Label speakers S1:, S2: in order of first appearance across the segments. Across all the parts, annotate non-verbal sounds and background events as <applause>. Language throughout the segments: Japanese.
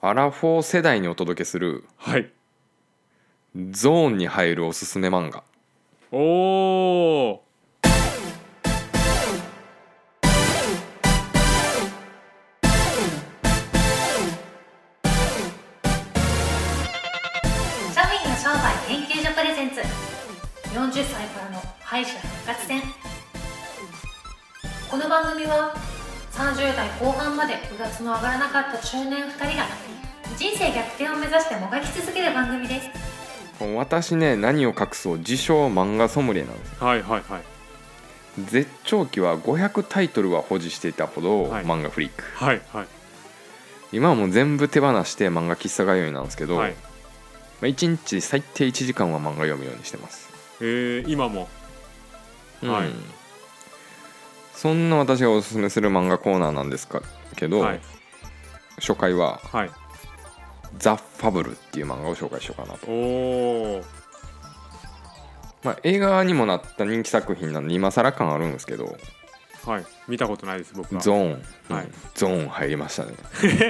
S1: アラフォー世代にお届けする
S2: はい
S1: ゾーンに入るおすすめ漫画
S2: おお
S3: 庶民の商売研究所プレゼンツ40歳からの敗者復活戦この番組は30代後半までうがつの上がらなかった中年2人が人生逆転を目指してもがき続ける番組です
S1: 私ね何を隠そう自称漫画ソムリエなんです
S2: はいはいはい
S1: 絶頂期は500タイトルは保持していたほど
S2: はい
S1: 漫画フリック、
S2: はいはい
S1: 今はもう全部手放して漫画喫茶通いなんですけど、
S2: はい
S1: まあ、1日最低1時間は漫画読むようにしてます、
S2: えー、今もはい
S1: うんそんな私がおすすめする漫画コーナーなんですかけど、
S2: はい
S1: 初回は
S2: はい
S1: 「ザ・ファブル」っていう漫画を紹介しようかなと、
S2: おお
S1: まあ、映画にもなった人気作品なんで今更感あるんですけど
S2: はい見たことないです僕は
S1: ゾーン、うん
S2: はい
S1: ゾーン入りましたね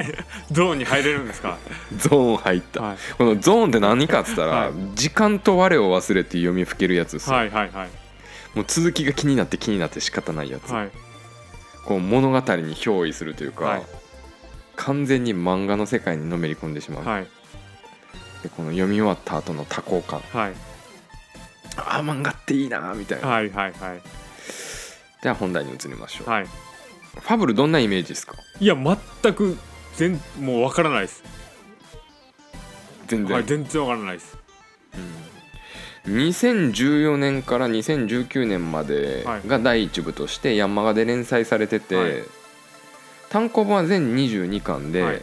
S1: <laughs>
S2: ゾーンに入れるんですか
S1: ゾーン入った、
S2: はい
S1: このゾーンって何かっつったら、
S2: はい
S1: 時間と我を忘れて読みふけるやつですよ、
S2: はいはいはい
S1: もう続きが気になって気になって仕方ないやつ、
S2: はい
S1: こう物語に憑依するというか、
S2: はい
S1: 完全に漫画の世界にのめり込んでしまう、
S2: はい
S1: でこの読み終わった後の多幸感
S2: はい
S1: ああ漫画っていいなーみたいな、
S2: はいはいはい
S1: では本題に移りましょう、
S2: はい
S1: ファブルどんなイメージですか
S2: いや全く全もうわからないです
S1: 全然、
S2: はい全然わからないです
S1: 2014年から2019年まで
S2: はい
S1: が第1部として山マガで連載されてて、
S2: はい
S1: 単行本は全22巻で、
S2: はい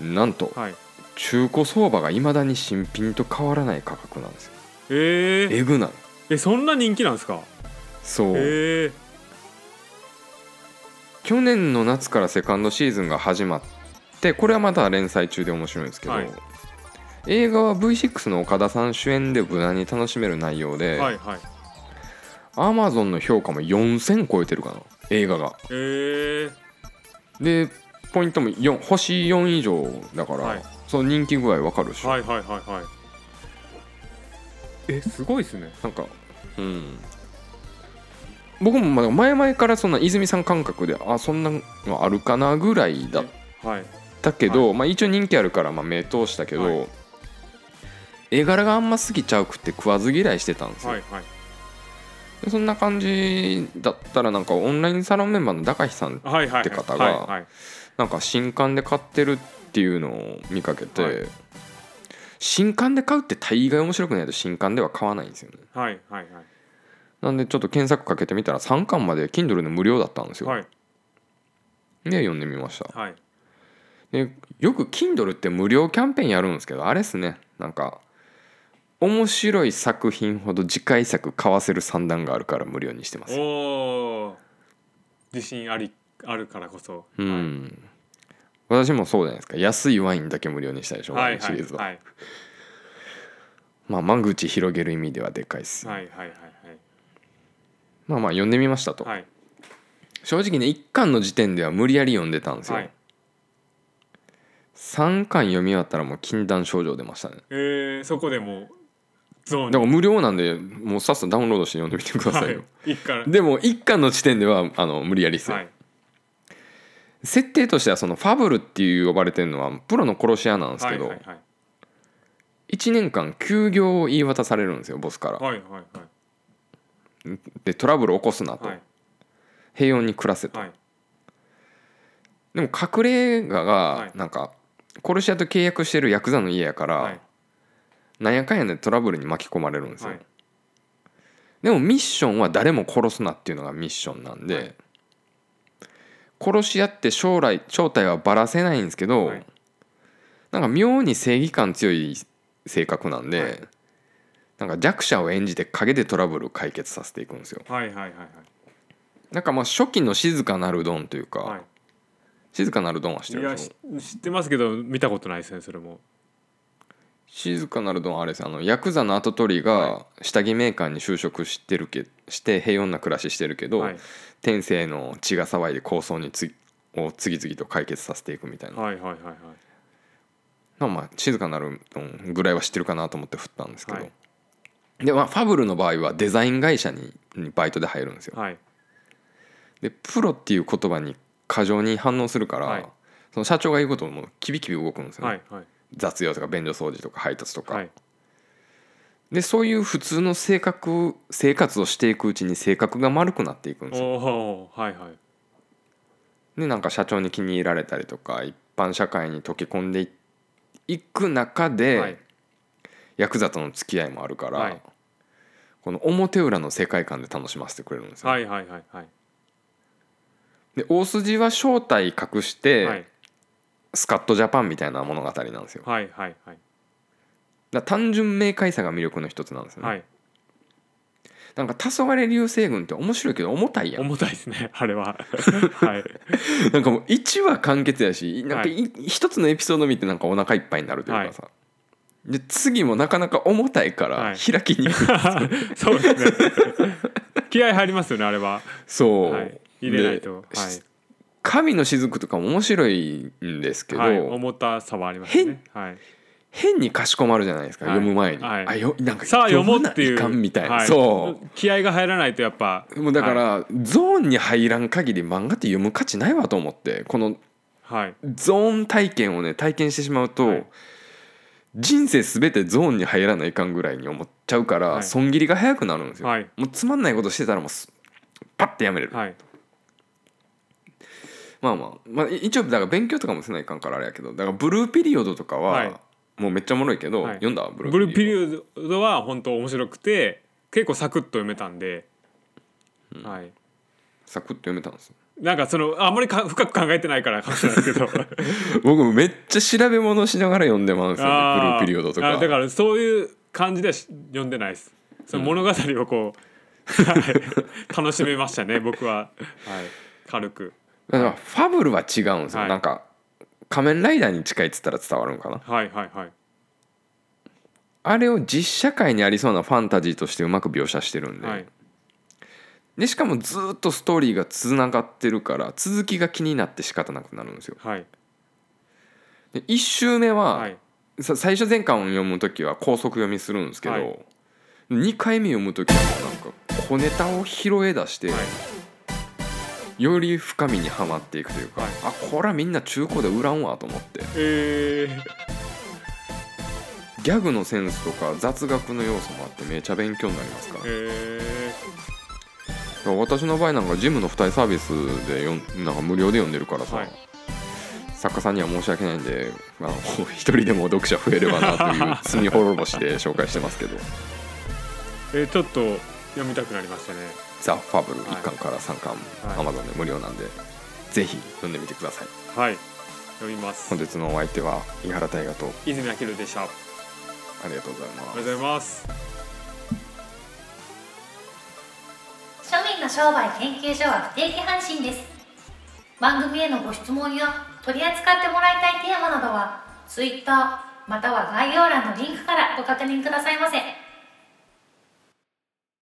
S1: なんと
S2: はい
S1: 中古相場がいまだに新品と変わらない価格なんですよ
S2: えー、え
S1: えぐない
S2: そんな人気なんですか
S1: そう、
S2: えー、
S1: 去年の夏からセカンドシーズンが始まってこれはまだ連載中で面白いんですけど、
S2: はい
S1: 映画は V6 の岡田さん主演で無難に楽しめる内容で、
S2: はいはい
S1: Amazon の評価も4000超えてるかな映画が
S2: えー、
S1: でポイントも4星4以上だから、
S2: はい
S1: その人気具合わかるし、
S2: はいはいはいはいえすごいですね
S1: なんかうん僕もまあ前々からそんな泉さん感覚であそんなのあるかなぐらいだっ
S2: はい
S1: だけど、まあ、一応人気あるから、まあ、目通したけど、
S2: はい
S1: 絵柄があんま好きちゃうくって食わず嫌いしてたんですよ、
S2: はいはい
S1: でそんな感じだったらなんかオンラインサロンメンバーの高橋さん
S2: はいはい
S1: って方が
S2: はいはい
S1: なんか新刊で買ってるっていうのを見かけて、
S2: はい
S1: 新刊で買うって大概面白くないと新刊では買わないんですよね
S2: はいはいはい
S1: なんでちょっと検索かけてみたら3巻まで Kindle の無料だったんですよ、
S2: はい
S1: で読んでみました
S2: はい
S1: でよく Kindle って無料キャンペーンやるんですけどあれっすねなんか面白い作品ほど次回作買わせる算段があるから無料にしてます
S2: おー自信ありあるからこそ、
S1: うん私もそうじゃないですか安いワインだけ無料にしたでしょ、
S2: はい、
S1: ワインシリーズは、
S2: はいはい
S1: まあ間口広げる意味ではでかいっす、
S2: はいはいはい
S1: まあまあ読んでみましたと、
S2: はいはい
S1: 正直ね1巻の時点では無理やり読んでたんですよ、
S2: はい
S1: 3巻読み終わったらもう禁断症状出ましたね
S2: えー、そこでもうゾーン
S1: だから無料なんでもうさっさとダウンロードして読んでみてくださいよ、
S2: はい、一か
S1: <laughs>
S2: ら
S1: でも1巻の時点ではあの無理やりっすよ、
S2: はい
S1: 設定としてはそのファブルっていう呼ばれてるのはプロの殺し屋なんです
S2: は
S1: け
S2: い
S1: ど、
S2: はいはい
S1: 1年間休業を言い渡されるんですよボスから、
S2: はいはいはい
S1: でトラブル起こすなと、
S2: はい
S1: 平穏に暮らせと、
S2: はい
S1: でも隠れ家が
S2: い
S1: なんか殺し屋と契約してるヤクザの家やから、
S2: はい
S1: なんやかんやでトラブルに巻き込まれるんですよ、
S2: はい
S1: でもミッションは誰も殺すなっていうのがミッションなんで、
S2: はい
S1: 殺し屋って将来正体はばらせないんですけど、
S2: はい
S1: なんか妙に正義感強い性格なんで、
S2: はい
S1: なんか弱者を演じて陰でトラブルを解決させていくんですよ
S2: はいはいはいはい
S1: なんかまあ初期の静かなるドンというか、
S2: は
S1: 静かなるドンは知って
S2: いい
S1: る
S2: や
S1: でし
S2: し
S1: ょ
S2: 知ってますけど見たことないですねそれも
S1: 静かなるドンはあれですあのヤクザの跡取りが下着メーカーに就職してるけして平穏な暮らししてるけど、
S2: はい
S1: 天性の血が騒いで抗争につを次々と解決させていくみたいな、
S2: はいはいはいはい
S1: まあまあ静かになるうんぐらいは知ってるかなと思って振ったんですけど、
S2: はい
S1: で、まあ、ファブルの場合はデザイン会社ににバイトで入るんですよ、
S2: はい
S1: でプロっていう言葉に過剰に反応するから、
S2: はい
S1: その社長が言うことももうキビキビ動くんですよね、
S2: はいはい
S1: 雑用とか便所掃除とか配達とか、
S2: はい
S1: でそういう普通の性格生活をしていくうちに性格が丸くなっていくんですよ
S2: おーはいはい
S1: でなんか社長に気に入られたりとか一般社会に溶け込んでいく中で、
S2: はい
S1: ヤクザとの付き合いもあるから、
S2: はい
S1: この表裏の世界観で楽しませてくれるんですよ、
S2: はいはいはいはい
S1: で大筋は正体隠して、
S2: はい
S1: スカットジャパンみたいな物語なんですよだか
S2: はいはいはい
S1: ら単純明快さが魅力の一つなんですよね、
S2: はい
S1: なんか黄昏流星群って面白いけど重たいやん
S2: 重たいで
S1: <laughs>
S2: すねあれははい <laughs>
S1: なんかもう1話完結やしなんかい一つのエピソード見てなんかお腹いっぱいになるというかさ、で次もなかなか重たいから
S2: はい
S1: 開きにくい、
S2: そうですね気合入りますよねあれは
S1: そう、
S2: はい入れないと
S1: で
S2: はい
S1: 神の雫とかも面白いんですけど、
S2: はい、重たさはありますね。はい、
S1: 変にかしこまるじゃないですか、
S2: はい
S1: 読む前に、
S2: はい
S1: あよなんか
S2: さあ読もうってい
S1: 読
S2: う
S1: まなかんみたいな、
S2: は
S1: そ
S2: 気合が入らないとやっぱ
S1: うもうだから、ゾーンに入らん限り漫画って読む価値ないわと思ってこの
S2: はい
S1: ゾーン体験をね体験してしまうと、
S2: はい
S1: 人生全てゾーンに入らないかんぐらいに思っちゃうから、
S2: はい
S1: 損切りが早くなるんですよ、
S2: はい
S1: もうつまんないことしてたらもうすパッてやめれる、
S2: はい
S1: まあまあ、まあ、い一応だから勉強とかもせないかんからあれやけどだからブルーピリオドとかは、
S2: はい
S1: もうめっちゃおもろいけど、
S2: はい
S1: 読んだブ
S2: ブルーピ
S1: オ
S2: リオドは本当面白くて結構サクッと読めたんで、はい
S1: ドサクッと読めたんですよ
S2: なんかそのあんまりか深く考えてないからかもしれないですけど
S1: 僕もめっちゃ調べ物しながら読んでまうんですよねブルーピリオドと
S2: あ
S1: か
S2: ーだからそういう感じではし読んでないですその物語をこう、はい楽しめまし
S1: <laughs>
S2: たね僕は、はい、軽く
S1: だからファブルは違うんですよ、
S2: はい
S1: なんか仮面ライダーに近いっつったら伝わるんかな
S2: はいはいはい
S1: あれを実社会にありそうなファンタジーとしてうまく描写してるんで,、
S2: はい
S1: でしかもずーっとストーリーがつながってるから続きが気になって仕方なくなるんですよ
S2: はい
S1: で1周目は、
S2: はい
S1: さ最初前巻を読む時は高速読みするんですけど、
S2: はい
S1: 2回目読む時はなんか小ネタを拾え出して、
S2: はい
S1: より深みにはまっていくというか、
S2: はい
S1: あこらみんな中古で売らんわと思って
S2: えー
S1: ギャグのセンスとか雑学の要素もあってめちゃ勉強になりますから,、
S2: え
S1: 私の場合なんかジムの付帯サービスでよんなんか無料で読んでるからさ、
S2: はい
S1: 作家さんには申し訳ないんであ <laughs> の一人でも読者増えればなという罪滅ぼしで紹介してますけど
S2: ーえーちょっと読みたくなりましたね
S1: 「ザ・ファブル」
S2: はい
S1: 1巻から3巻、
S2: はい
S1: Amazon で無料なんでぜひ読んでみてください
S2: はい読みます
S1: 本日のお相手は井原大河と
S2: 泉明宏でしたあり
S1: ありがとうございま
S2: が
S1: す
S2: とうございます
S3: 庶民の商売研究所は不定期配信です番組へのご質問や取り扱ってもらいたいテーマなどは Twitter または概要欄のリンクからご確認くださいませ。